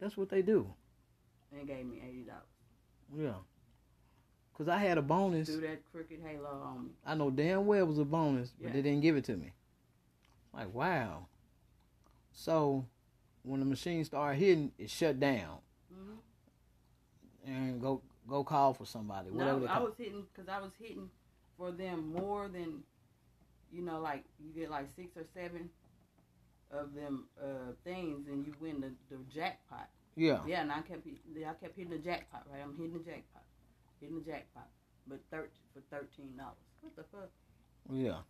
That's what they do. and gave me eighty dollars. Yeah. Cause I had a bonus. Threw that crooked halo on me. I know damn well it was a bonus, but Yeah. they didn't give it to me. Like, wow. So when the machine started hitting, it shut down Mhm. and go go call for somebody. Whatever No, they I call. was hitting because I was hitting for them more than you know, like you get like six or seven of them uh, things, and you win the, the jackpot. Yeah. Yeah, and I kept hit- I kept hitting the jackpot. Right, I'm hitting the jackpot, hitting the jackpot, but thir- for thirteen dollars. What the fuck? Yeah.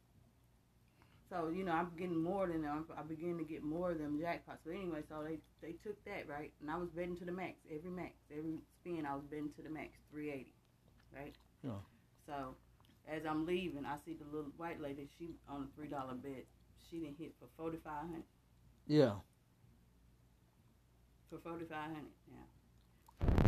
So you know, I'm getting more than them. I begin to get more of them jackpots. But anyway, so they they took that right, and I was betting to the max every max every spin. I was betting to the max three eighty, right? Yeah. So as I'm leaving, I see the little white lady. She on a three dollar bet. She didn't hit for forty five hundred Yeah. for forty five hundred. Yeah.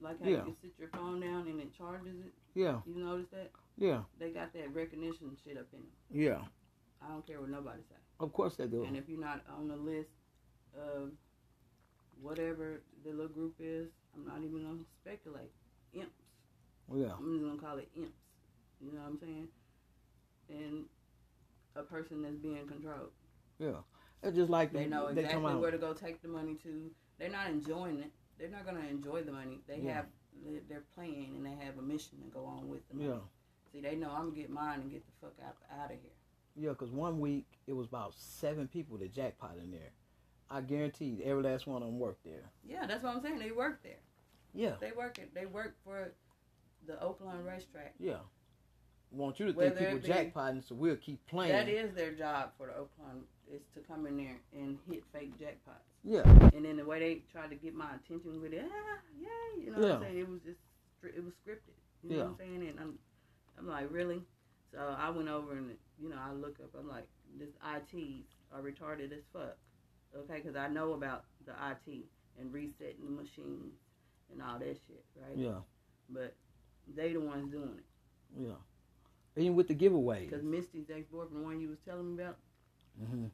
Like how Yeah. you can sit your phone down and it charges it. Yeah. You notice that Yeah. they got that recognition shit up in them. Yeah. I don't care what nobody say. Of course they do. And if you're not on the list of whatever the little group is, I'm not even gonna speculate. Imps. Yeah. I'm just gonna call it imps. You know what I'm saying? And a person that's being controlled. Yeah. It's just like They know exactly come out. where to go take the money to. They're not enjoying it. They're not gonna enjoy the money. They Yeah. have they- they're playing and they have a mission to go on with the money. yeah. See, they know I'm gonna get mine and get the fuck out out of here. Yeah, because one week it was about seven people that jackpot in there. I guarantee every last one of them worked there. Yeah, that's what I'm saying. They work there. Yeah, They work it. They work for the Oakland racetrack. yeah. Want you to Whether think it be- people jackpotting, so we'll keep playing. That is their job for the Oakland is to come in there and hit fake jackpots. Yeah, And then the way they tried to get my attention with it, ah, yay, you know what I'm Yeah. saying? It was just stri- it was scripted. You know what I'm saying? And I'm I'm like, really? So I went over and you know I look up. I'm like, this ITs are retarded as fuck. Okay, because I know about the IT and resetting the machines and all that shit, right? yeah, But they the ones doing it. yeah. Even with the giveaways. Because Misty's ex boyfriend, the one you was telling me about, hmm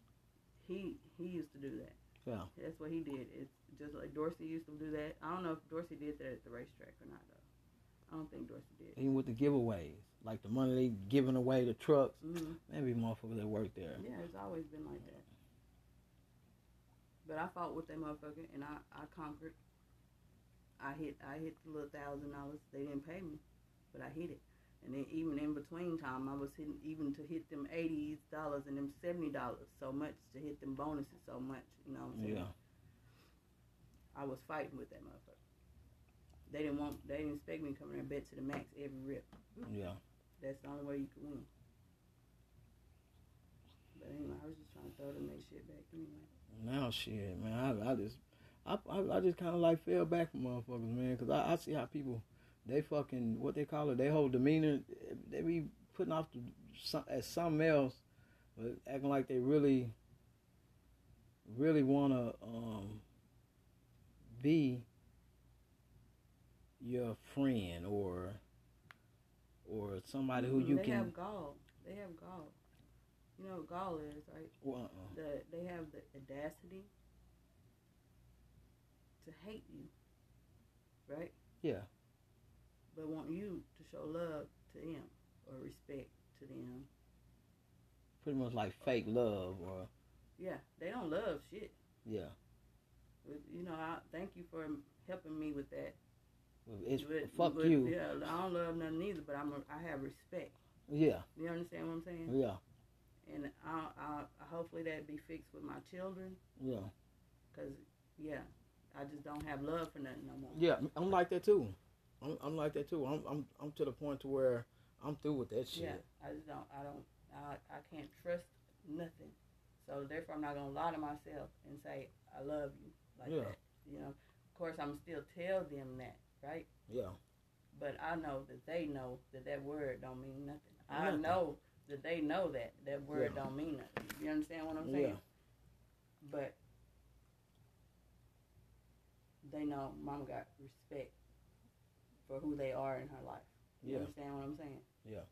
he he used to do that. Yeah. That's what he did. It's just like Dorsey used to do that. I don't know if Dorsey did that at the racetrack or not though. I don't think Dorsey did. Even with the giveaways, like the money they giving away, the trucks. hmm Maybe motherfuckers that work there. Yeah, it's always been like that. But I fought with that motherfucker and I, I conquered. I hit I hit the little thousand dollars. They didn't pay me, but I hit it. And then even in between time, I was hitting even to hit them eighty dollars and them seventy dollars so much to hit them bonuses so much. You know what I'm saying? Yeah, I was fighting with that motherfucker. They didn't want, they didn't expect me to come in there and bet to the max every rip. yeah. That's the only way you could win. But anyway, I was just trying to throw the next shit back anyway. Now shit, man. I, I just, I, I, I just kind of like fell back from motherfuckers, man, because I, I see how people, they fucking what they call it, they whole demeanor, they be putting off the, some, as something else, but acting like they really, really wanna um, be your friend or, or somebody who you Mm-hmm. they can. have gall. They have gall. You know what gall is, right? well, uh-uh. The, they have the audacity to hate you, right? Yeah. but want you to show love to them or respect to them. Pretty much like fake love or Yeah, they don't love shit. yeah. But, You know, I thank you for helping me with that. It's But- fuck but, you. Yeah, I don't love nothing either, but I'm a, I have respect. Yeah. You understand what I'm saying? Yeah. Mm-hmm. And I, I, I hopefully that be fixed with my children, Yeah. cause yeah, I just don't have love for nothing no more. Yeah. I'm like that too. I'm, I'm like that too. I'm, I'm I'm to the point to where I'm through with that shit. Yeah, I just don't. I don't. I, I can't trust nothing. So therefore, I'm not gonna lie to myself and say I love you like Yeah. that. You know, of course, I'm still tell them that, right? Yeah. But I know that they know that that word don't mean nothing. I Nothing. know that they know that that word Yeah. don't mean nothing. You understand what I'm Yeah. saying? But they know mama got respect for who they are in her life. You Yeah. understand what I'm saying? Yeah.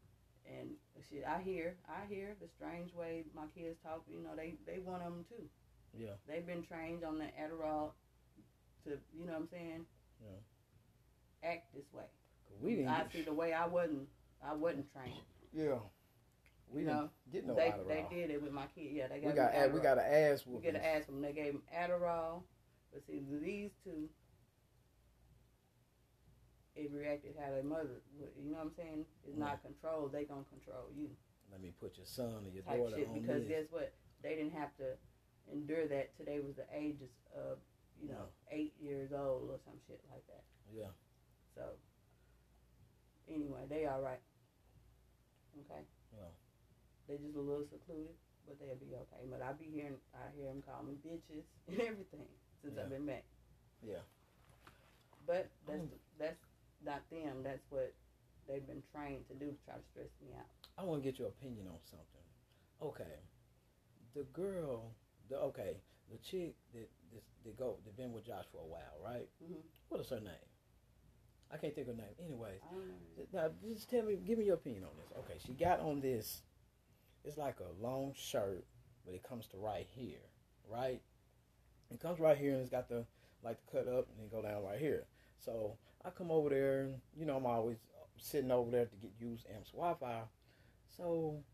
And shit, I hear, I hear the strange way my kids talk. You know, they they want them too. Yeah. They've been trained on the Adderall to, you know, what I'm saying, Yeah. act this way. We didn't. I get- see the way I wasn't, I wasn't trained. yeah. We didn't You know, get no they Adderall. they did it with my kid. Yeah, they got we got a- we Adderall. got an ass We whooping. get an ass them. They gave them Adderall, but see these two, it reacted how their mother. would. You know what I'm saying? It's not controlled. They gonna control you Let me put your son or your type daughter shit on this. because guess what? They didn't have to endure that. Today was the ages of you know eight years old or some shit like that. Yeah. So anyway, they all right. Okay. Yeah. They just a little secluded, but they'll be okay. But I be hearing, I hear them call me bitches and everything since I've Yeah. been back. Yeah. But that's Mm. the, that's not them. That's what they've been trained to do to try to stress me out. I want to get your opinion on something. Okay, the girl, the okay, the chick that that, that go that been with Josh for a while, right? Mhm. What is her name? I can't think of her name. Anyways, I don't know. th- now just tell me, give me your opinion on this. Okay, she got on this. It's like a long shirt, but it comes to right here, right? It comes right here, and it's got the like the cut up, and then go down right here. So I come over there, and you know I'm always sitting over there to get use Amp's Wi-Fi. So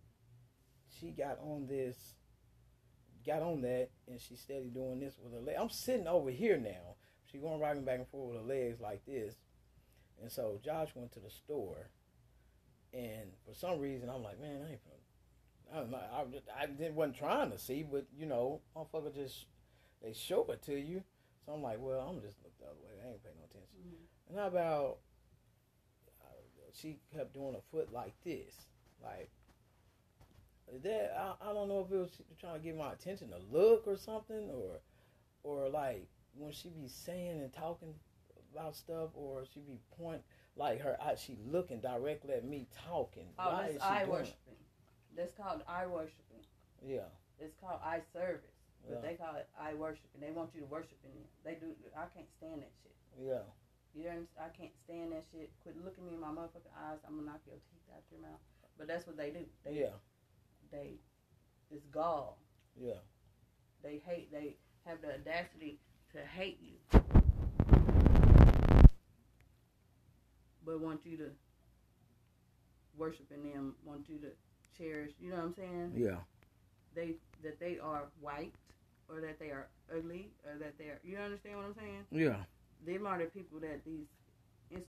she got on this, got on that, and she steady doing this with her leg. I'm sitting over here now. She going rocking back and forth with her legs like this. And so Josh went to the store, and for some reason I'm like, man, I ain't. finna- I don't know. I, was- I didn't wasn't trying to see, but you know, motherfucker just they show it to you. So I'm like, well, I'm just looked the other way. I ain't paying no attention. Mhm. And how about uh, she kept doing a foot like this? Like, is that, I, I don't know if it was she trying to get my attention a look or something, or, or like when she be saying and talking about stuff, or she be point, like her, eye, she looking directly at me talking. Oh, Why is that's she eye doing- worshiping. That's called eye worshiping. Yeah, It's called eye service, but Yeah. they call it eye worship, and they want you to worship in them. They do. I can't stand that shit. yeah, You don't. I can't stand that shit. Quit looking me in my motherfucking eyes. I'm gonna knock your teeth out your mouth. But that's what they do. They, yeah, They. It's gall. yeah, They hate. They have the audacity to hate you, but want you to worship in them. Want you to cherish. You know what I'm saying? yeah, they that they are white or that they are ugly or that they are you understand what I'm saying? yeah. Them are the people that these inst-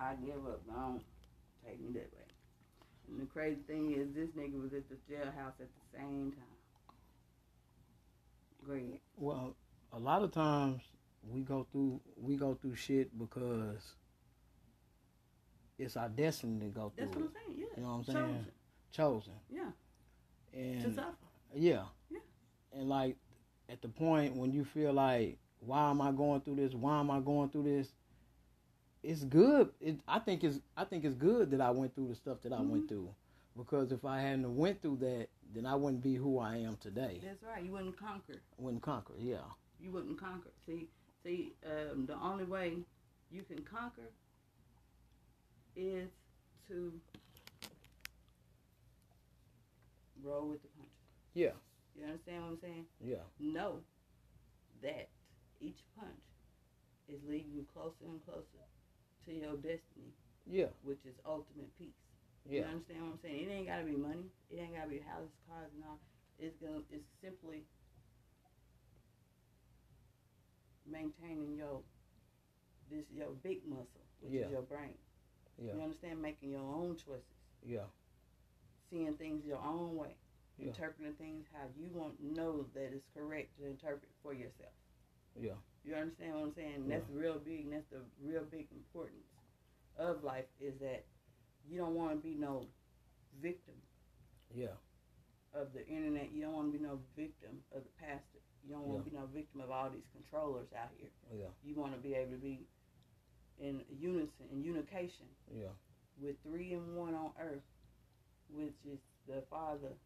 I I give up. I don't take me that way. And the crazy thing is this nigga was at the jailhouse at the same time. Greg. Well, a lot of times we go through we go through shit because it's our destiny to go That's what through. I'm saying, yeah. Mm. You know what I'm saying? Chosen. Chosen. Yeah. To And suffer. yeah. Yeah. And like at the point when you feel like, why am I going through this? Why am I going through this? It's good. It, I think it's I think it's good that I went through the stuff that I went through, because if I hadn't went through that, then I wouldn't be who I am today. That's right. You wouldn't conquer. Wouldn't conquer. Yeah. You wouldn't conquer. See see, um, the only way you can conquer is to roll with the punches. Yeah. You understand what I'm saying? Yeah. Know that each punch is leading you closer and closer to your destiny, Yeah. which is ultimate peace. Yeah. You understand what I'm saying? It ain't gotta be money. It ain't gotta be houses, cars, and all. It's gonna. It's simply maintaining your this your big muscle, which Yeah. is your brain. Yeah. You understand? Making your own choices, Yeah. seeing things your own way, Yeah. interpreting things how you want know that it's correct to interpret for yourself. Yeah. You understand what I'm saying? Yeah. That's real big. That's the real big importance of life is that you don't want to be no victim Yeah. of the internet. You don't want to be no victim of the pastor. You don't want to be no victim of all these controllers out here. Yeah. You want to be able to be in unison, in unication Yeah. with three and one on earth, which is the Father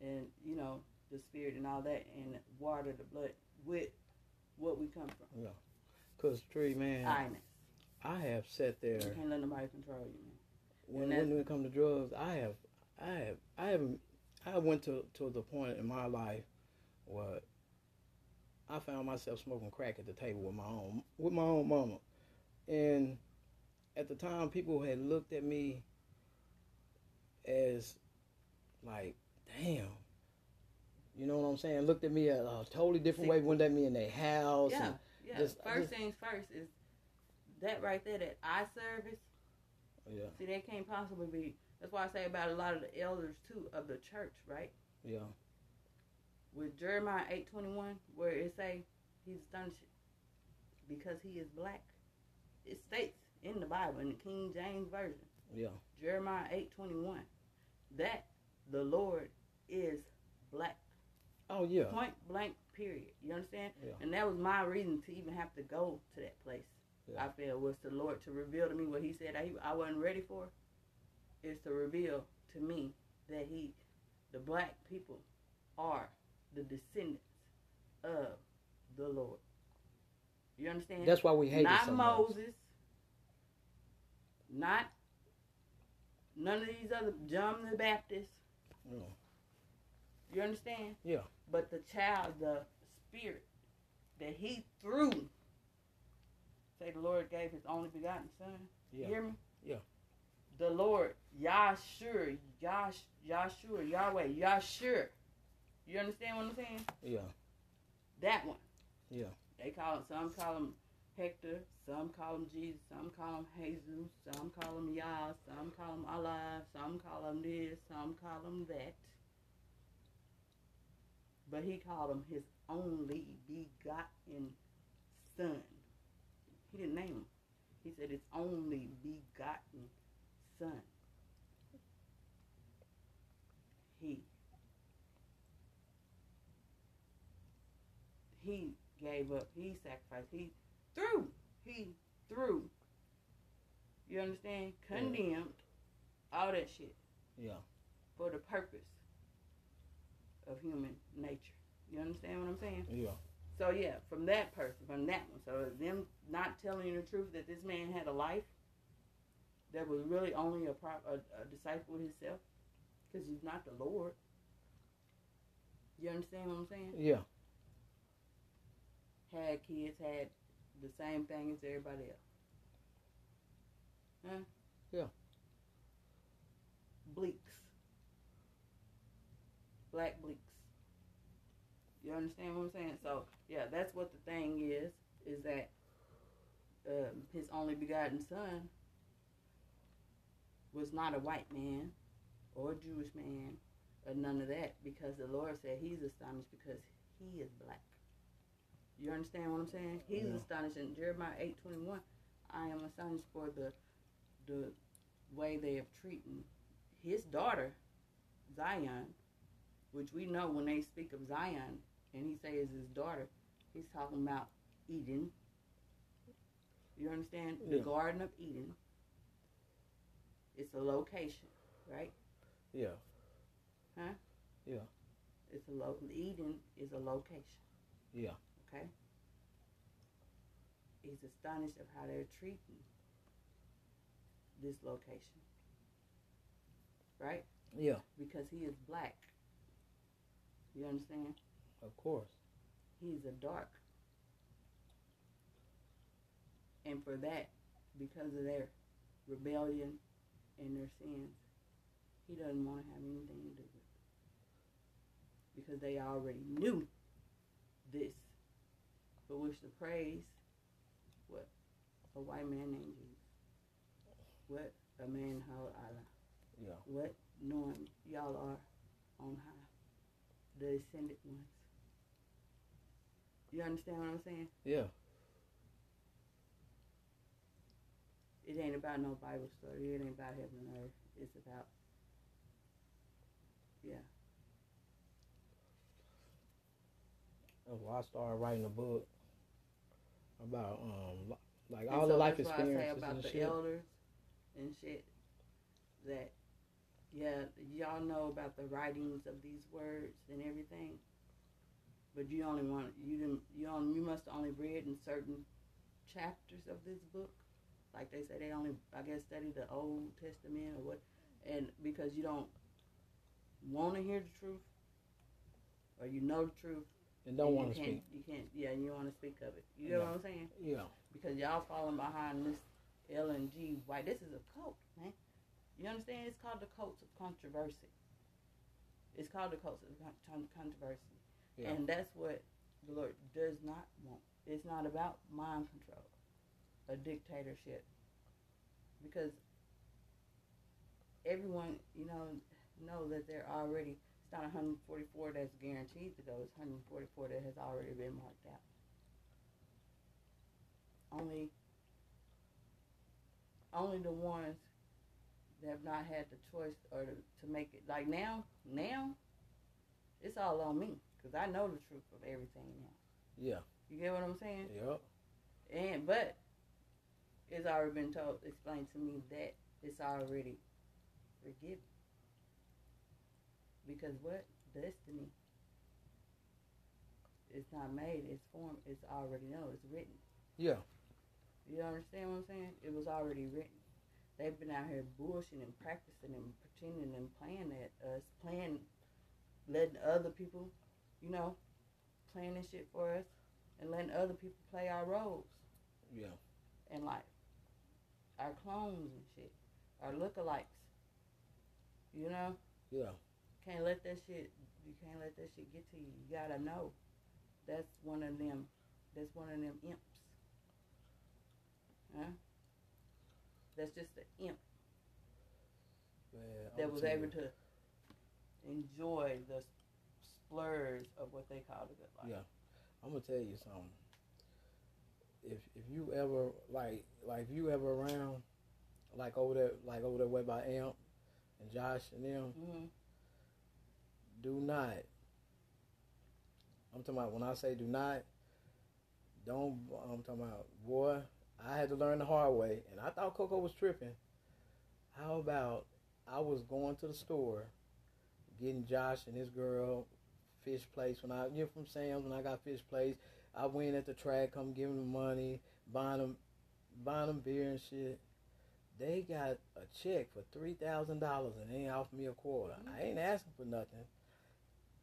and, you know, the Spirit and all that, and water, the blood, with what we come from. Cause Tree man, I, Kindness. have sat there You can't let nobody control you, man. when And when that's- it comes to drugs. I have I have I haven't I went to to the point in my life where I found myself smoking crack at the table with my own with my own mama, and at the time people had looked at me as like damn. You know what I'm saying? Looked at me a, a totally different way. Wouldn't let me in their house. and- Yeah, yeah. just- I first just- things first is that right there, that eye service. yeah. See, they can't possibly be. That's why I say about a lot of the elders too of the church, right? Yeah. With Jeremiah eight twenty one, where it say he's astonished because he is black. It states in the Bible in the King James version, Yeah. Jeremiah eight twenty one, that the Lord is black. Oh yeah. Point blank. Period. You understand? Yeah. And that was my reason to even have to go to that place. Yeah. I feel was the Lord to reveal to me what He said I, I wasn't ready for. Is to reveal to me that He, the black people, are the descendants of the Lord. You understand? That's why we hate it not so much. Moses, not none of these other John the Baptist. Yeah. You understand? Yeah. But the child, the spirit that he threw, say the Lord gave his only begotten son. Yeah. You hear me? Yeah. The Lord, Yahshua, Yash, Yahshua, Yahweh, Yahshua. You understand what I'm saying? Yeah. That one. Yeah. They call it, some call him Hector, some call him Jesus, some call him Jesus, some call him Yah, some call him Allah, some call him this, some call him that. But he called him his only begotten son. He didn't name him. He said his only begotten son. He he gave up, he sacrificed, he threw, he threw. You understand? Yeah. Condemned all that shit Yeah. for the purpose of human nature. You understand what I'm saying? Yeah. So yeah, from that person, from that one. So them not telling you the truth that this man had a life that was really only a, prop, a, a disciple himself, because he's not the Lord. You understand what I'm saying? Yeah. Had kids, had the same thing as everybody else. Huh? Yeah. Bleaks. Black bleaks. You understand what I'm saying? So yeah, that's what the thing is. Is that um, his only begotten son was not a white man or a Jewish man or none of that because the Lord said he's astonished because he is black. You understand what I'm saying? He's Yeah. astonished in Jeremiah eight twenty one. I am astonished for the the way they have treated his daughter Zion, which we know when they speak of Zion and he says his daughter, he's talking about Eden. You understand? The Yeah. Garden of Eden. It's a location, right? Yeah. It's a local Eden is a location. Yeah. Okay. He's astonished of how they're treating this location. Right? Yeah. Because he is black. You understand? Of course. He's a dark. And for that, because of their rebellion and their sins. He doesn't want to have anything to do with it because they already knew this, but wish to praise what a white man named Jesus, what a man called Allah, Yeah. what knowing y'all are on high, the ascended ones. You understand what I'm saying? Yeah. It ain't about no Bible story. It ain't about heaven and earth. It's about, yeah. That's why I started writing a book about um li- like And all so the life that's why I say experiences about and the shit. elders and shit. That yeah, y'all know about the writings of these words and everything, but you only want you didn't you only you must only read in certain chapters of this book. Like they say, they only I guess study the Old Testament or what, and because you don't want to hear the truth or you know the truth, and don't and want you to can't speak. you can't yeah you don't want to speak of it. You know No. what I'm saying? Yeah. because y'all falling behind this L and G white. This is a cult, man. You understand? It's called the cult of controversy. It's called the cult of con- con- controversy, Yeah. and that's what the Lord does not want. It's not about mind control, a dictatorship, because everyone, you know, know that they're already. It's not 144 that's guaranteed to go. It's 144 that has already been marked out. Only, only the ones that have not had the choice or to, to make it. Like now, now, it's all on me because I know the truth of everything now. yeah. You get what I'm saying? Yep. And but it's already been told, explained to me that it's already forgiven. Because what destiny? It's not made. It's formed. It's already known. It's written. Yeah. You understand what I'm saying? It was already written. They've been out here bullshitting and practicing and pretending and playing at us, playing, letting other people, you know, playing this shit for us, and letting other people play our roles Yeah. and like our clones and shit, our lookalikes. You know, Yeah. can't let that shit. You can't let that shit get to you. You gotta know. That's one of them. That's one of them imps. Huh? That's just the imp Man, I'm that was telling able you. to enjoy the s- splurge of what they call the good life. Yeah. I'm gonna tell you something. If if you ever like like if you ever around like over there like over there way by Amp and Josh and them, Mm-hmm. do not. I'm talking about when I say do not. Don't I'm talking about boy. I had to learn the hard way, and I thought Coco was tripping. How about I was going to the store, getting Josh and his girl fish plates when I you know, from Sam's when I got fish plates. I went at the track, come giving them money, buying them, buying them beer and shit. They got a check for three thousand dollars and they offered me a quarter. I ain't asking for nothing,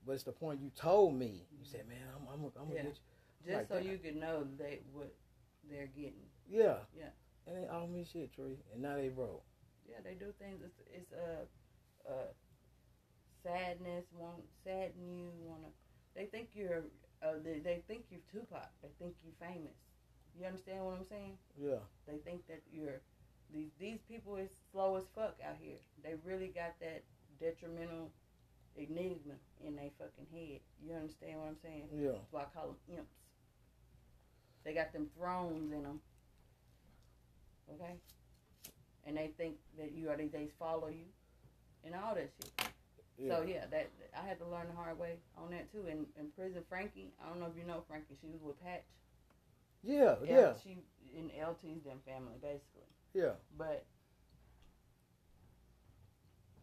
but it's the point you told me. You said, "Man, I'm, I'm, I'm gonna Yeah. get you." Just Like so that. you can know they what they're getting. Yeah. Yeah. And they offered me shit, Tree. And now they broke. Yeah, they do things. It's, it's a, a sadness. Want sadden you. Want to. They think you're. Uh, they, they think you're Tupac. They think you're famous. You understand what I'm saying? Yeah. They think that you're. These these people is slow as fuck out here. They really got that detrimental enigma in their fucking head. You understand what I'm saying? Yeah. That's why I call them imps. They got them thrones in them. Okay? And they think that you are, they, they follow you and all that shit. Yeah. So, yeah, that I had to learn the hard way on that too. And in prison, Frankie, I don't know if you know Frankie, she was with Patch. Yeah. L- Yeah. She in LT's them family, basically. Yeah. But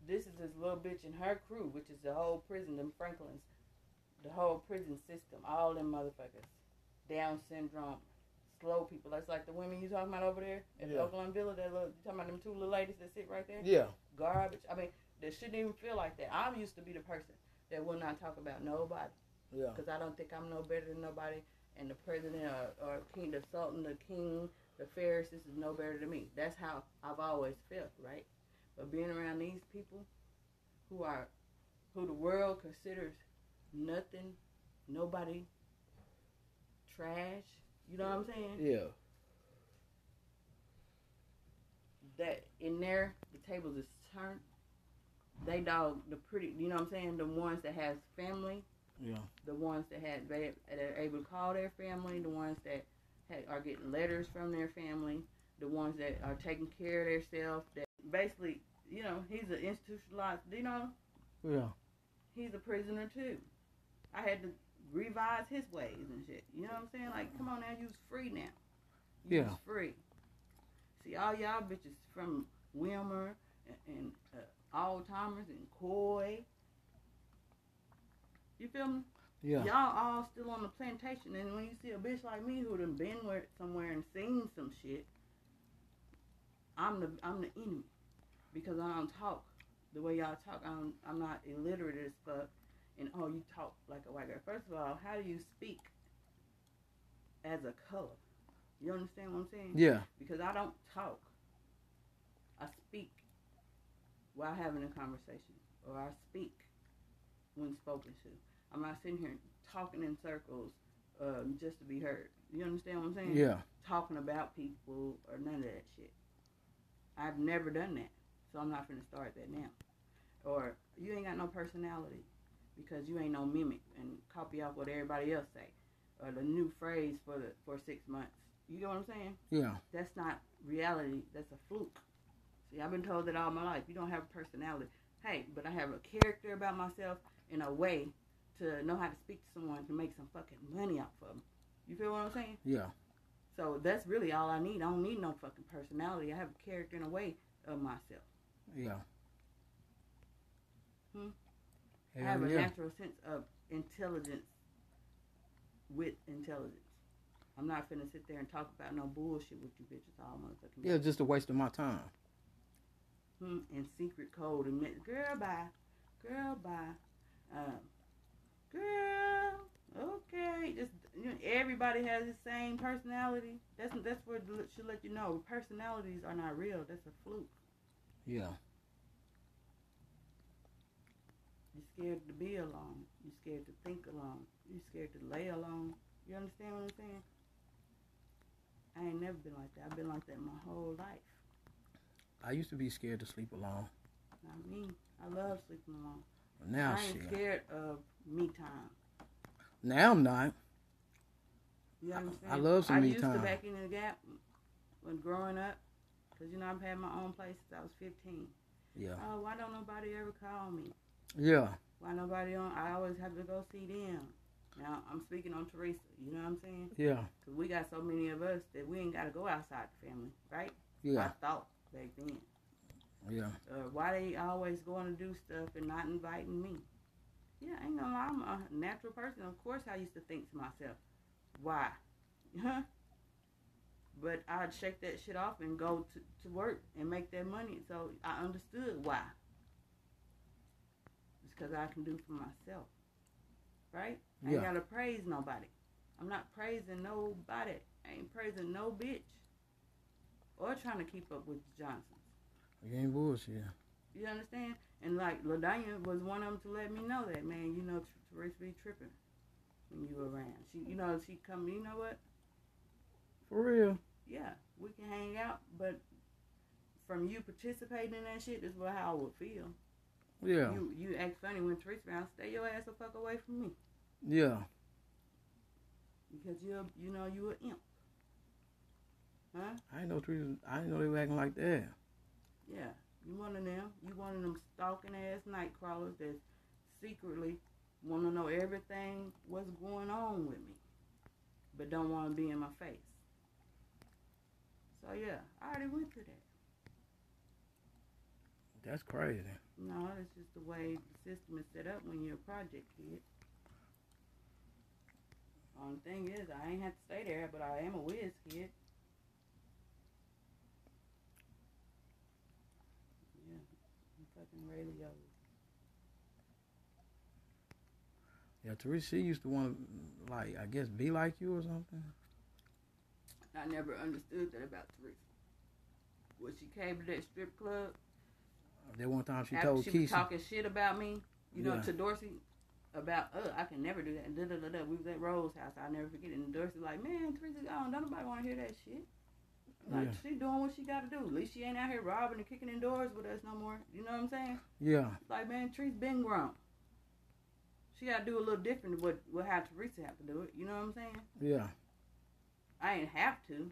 this is this little bitch and her crew, which is the whole prison, them Franklins, the whole prison system, all them motherfuckers. Down syndrome, slow people. That's like the women you talking about over there at Yeah. the Oakland Villa. That little, you talking about them two little ladies that sit right there? Yeah. Garbage. I mean, that shouldn't even feel like that. I'm used to be the person that will not talk about nobody Yeah. because I don't think I'm no better than nobody. And the president or, or king, the sultan, the king, the Ferris is no better than me. That's how I've always felt, right? But being around these people who are who the world considers nothing, nobody, trash. You know what I'm saying? Yeah. That in there, the tables is turned. They dog the pretty. You know what I'm saying? The ones that has family, Yeah. the ones that had they that are able to call their family, the ones that had, are getting letters from their family, the ones that are taking care of themselves. That basically, you know, he's an institutionalized. You know, Yeah. he's a prisoner too. I had to revise his ways and shit. You know what I'm saying? Like, come on now, you's free now. You's Yeah. free. See, all y'all bitches from Wilmer and, and uh, Old Timers and Coy. You feel me? Yeah. Y'all all still on the plantation, and when you see a bitch like me who done been where, somewhere and seen some shit, I'm the I'm the enemy because I don't talk the way y'all talk. I'm I'm not illiterate as fuck, and oh you talk like a white girl. First of all, how do you speak as a color? You understand what I'm saying? Yeah. Because I don't talk. I speak while having a conversation, or I speak when spoken to. I'm not sitting here talking in circles um, just to be heard. You understand what I'm saying? Yeah. Talking about people or none of that shit. I've never done that, so I'm not gonna start that now. Or you ain't got no personality because you ain't no mimic and copy off what everybody else say or the new phrase for the for six months. You know what I'm saying? Yeah. that's not reality. That's a fluke. See, I've been told that all my life. You don't have a personality. Hey, but I have a character about myself and a way to know how to speak to someone to make some fucking money off of them. You feel what I'm saying? Yeah. So that's really all I need. I don't need no fucking personality. I have a character and a way of myself. Yeah. Hmm? I have Hell a yeah. natural sense of intelligence with intelligence. I'm not finna sit there and talk about no bullshit with you bitches all motherfucking day. Yeah, just a waste of my time. hmm, and secret code and met girl bye, girl bye, um, girl. Okay, just you know, everybody has the same personality. That's that's what l- should let you know personalities are not real. That's a fluke. Yeah. You're scared to be alone. You're scared to think alone. You're scared to lay alone. You understand what I'm saying? I ain't never been like that. I've been like that my whole life. I used to be scared to sleep alone. I mean, I love sleeping alone. But now I ain't shit. scared of me time. Now I'm not. You I- understand? I love some I me used to time. back in the gap when growing up, because you know I've had my own place since I was 15. Yeah. Oh, why don't nobody ever call me? Yeah. Why nobody on? I always have to go see them. Now I'm speaking on Teresa. You know what I'm saying? Yeah. Because we got so many of us that we ain't got to go outside the family, right? Yeah. I thought back then. Yeah. Uh, why they always going to do stuff and not inviting me? Yeah, I ain't gonna lie, I'm a natural person. Of course, I used to think to myself, why? Huh? But I'd shake that shit off and go to, to work and make that money. So I understood why. It's because I can do for myself, right? I ain't Yeah. gotta praise nobody. I'm not praising nobody. I ain't praising no bitch or trying to keep up with the Johnsons. You ain't bullshit. You understand? And like Ladanya was one of them to let me know that man, you know, Ter- Teresa be tripping when you around. She, you know, she come. You know what? For real. Yeah, we can hang out, but from you participating in that shit is what how I would feel. Yeah. You you act funny when Teresa around. Stay your ass the fuck away from me Yeah. because you are you know you a imp. Huh? I ain't know trees. I ain't know they were acting like that. Yeah, you one of them. You one of them stalking ass night crawlers that secretly want to know everything what's going on with me, but don't want to be in my face. So yeah, I already went through that. That's crazy. No, that's just the way the system is set up when you're a project kid. Only thing is, I ain't have to stay there, but I am a whiz kid. Yeah, I'm fucking Ray Liotta. Yeah, Teresa, she used to want to, like, I guess, be like you or something. I never understood that about Teresa. When she came to that strip club, That one time she after told she Keisha. was talking shit about me, you know, Yeah. to Dorsey about, uh, I can never do that. And da, da, da, da. We was at Rose's house. I'll never forget it. And Dorsey like, man, Teresa gone. Don't nobody want to hear that shit. Like, Yeah. she doing what she got to do. At least she ain't out here robbing and kicking in doors with us no more. You know what I'm saying? Yeah, Like, man, Teresa's been grown. She got to do a little different than what, what how Teresa have to do it. You know what I'm saying? yeah, I ain't have to,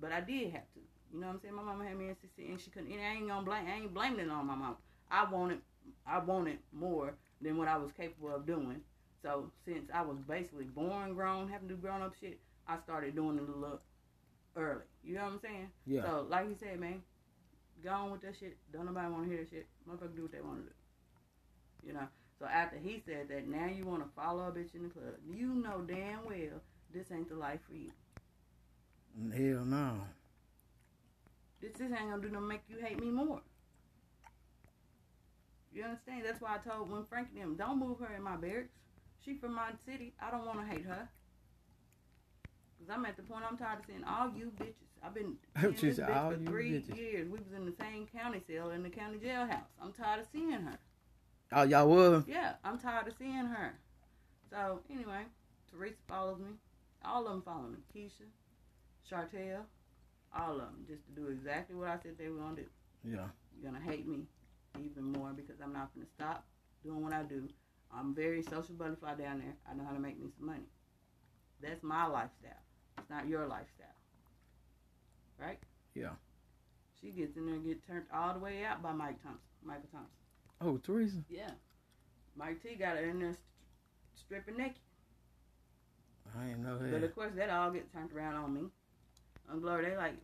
but I did have to. You know what I'm saying? My mama had me at 16 and she couldn't, and I ain't gonna blame, I ain't blaming it on my mama. I wanted, I wanted more than what I was capable of doing. So since I was basically born grown, having to do grown up shit, I started doing it a little early. You know what I'm saying? yeah. So like you said, man, go on with that shit. Don't nobody want to hear that shit. Motherfucker do what they want to do. You know. So after he said that, now you want to follow a bitch in the club. You know damn well this ain't the life for you. Hell no. this this ain't gonna do no make you hate me more. You understand? That's why I told when Frankie them, don't move her in my barracks. She from my city. I don't want to hate her. Cause I'm at the point I'm tired of seeing all you bitches. I've been seeing She this said, bitch "All for you three bitches." years. We was in the same county cell in the county jailhouse. I'm tired of seeing her. Oh, y'all was? Yeah, I'm tired of seeing her. So anyway, Teresa follows me. All of them follow me. Keisha, Chartel, all of them, just to do exactly what I said they were gonna do. Yeah. You're gonna hate me even more because I'm not gonna stop doing what I do. I'm very social butterfly down there. I know how to make me some money. That's my lifestyle. It's not your lifestyle. Right? Yeah. She gets in there and get turned all the way out by Mike Thompson. Michael Thompson. Oh, Teresa. Yeah. Mike T got her in there st- stripping naked. I ain't know But that. of course, that all get turned around on me. On Glory, they like,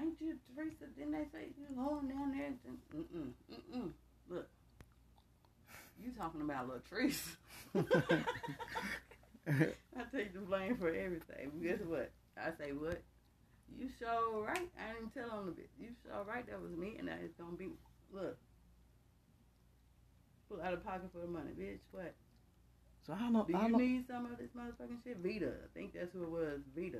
ain't you Teresa? Didn't they say you going down there? and- Mm-mm, mm-mm. Look, you talking about little Teresa. I take the blame for everything. Guess what? I say what? You sure right? I didn't even tell on the bitch. You sure right? That was me, and that is gonna be look. Pull out of pocket for the money, bitch. What? so I don't. Do I you don't need some of this motherfucking shit? Vita. I think that's who it was. Vita.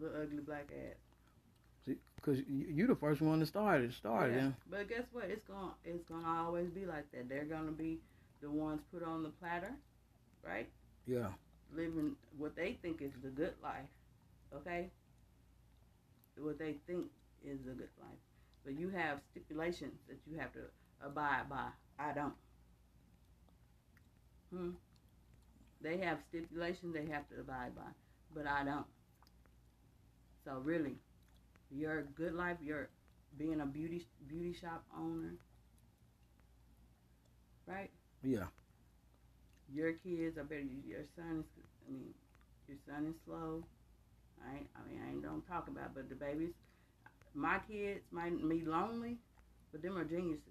Little ugly black ass. Cause you, you the first one to start it. Started. Yeah. Oh, Yeah. But guess what? It's gonna it's gonna always be like that. They're gonna be the ones put on the platter, right? Yeah. Living what they think is the good life. Okay? What they think is the good life. But you have stipulations that you have to abide by. I don't. Hmm. They have stipulations they have to abide by, but I don't. So really, your good life, your being a beauty beauty shop owner, right? Yeah. Your kids are better. Your son is, I mean, your son is slow. I ain't, I mean, I ain't gonna talk about, it, but the babies, my kids might be lonely, but them are geniuses.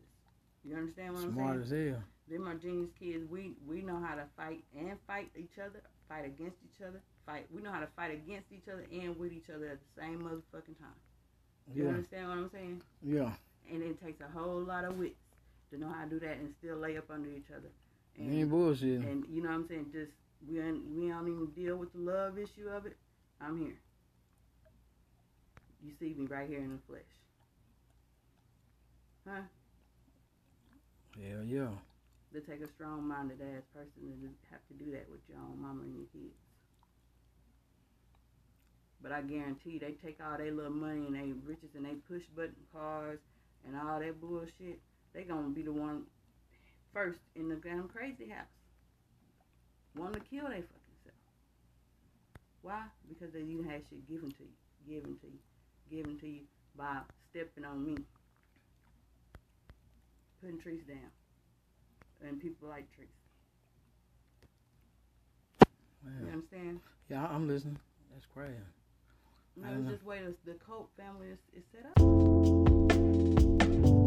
You understand what I'm saying? Smart as hell. Them are genius kids. We we know how to fight and fight each other, fight against each other, fight. We know how to fight against each other and with each other at the same motherfucking time. You Yeah. understand what I'm saying? Yeah. And it takes a whole lot of wits to know how to do that and still lay up under each other. You ain't bullshitting. And you know what I'm saying? Just we ain't, we don't even deal with the love issue of it. I'm here. You see me right here in the flesh. Hell yeah. They take a strong-minded ass person to do- have to do that with your own mama and your kids. But I guarantee they take all their little money and they riches and they push button cars and all that bullshit. They gonna be the one first in the damn crazy house. Wanting to kill their fucking self. Why? Because they didn't have shit given to you, given to you, given to you by stepping on me, putting trees down, and people like trees. You Yeah. understand? Yeah. I- I'm listening. That's crazy. No, I don't it's know. just way the, the Cope family is, is set up.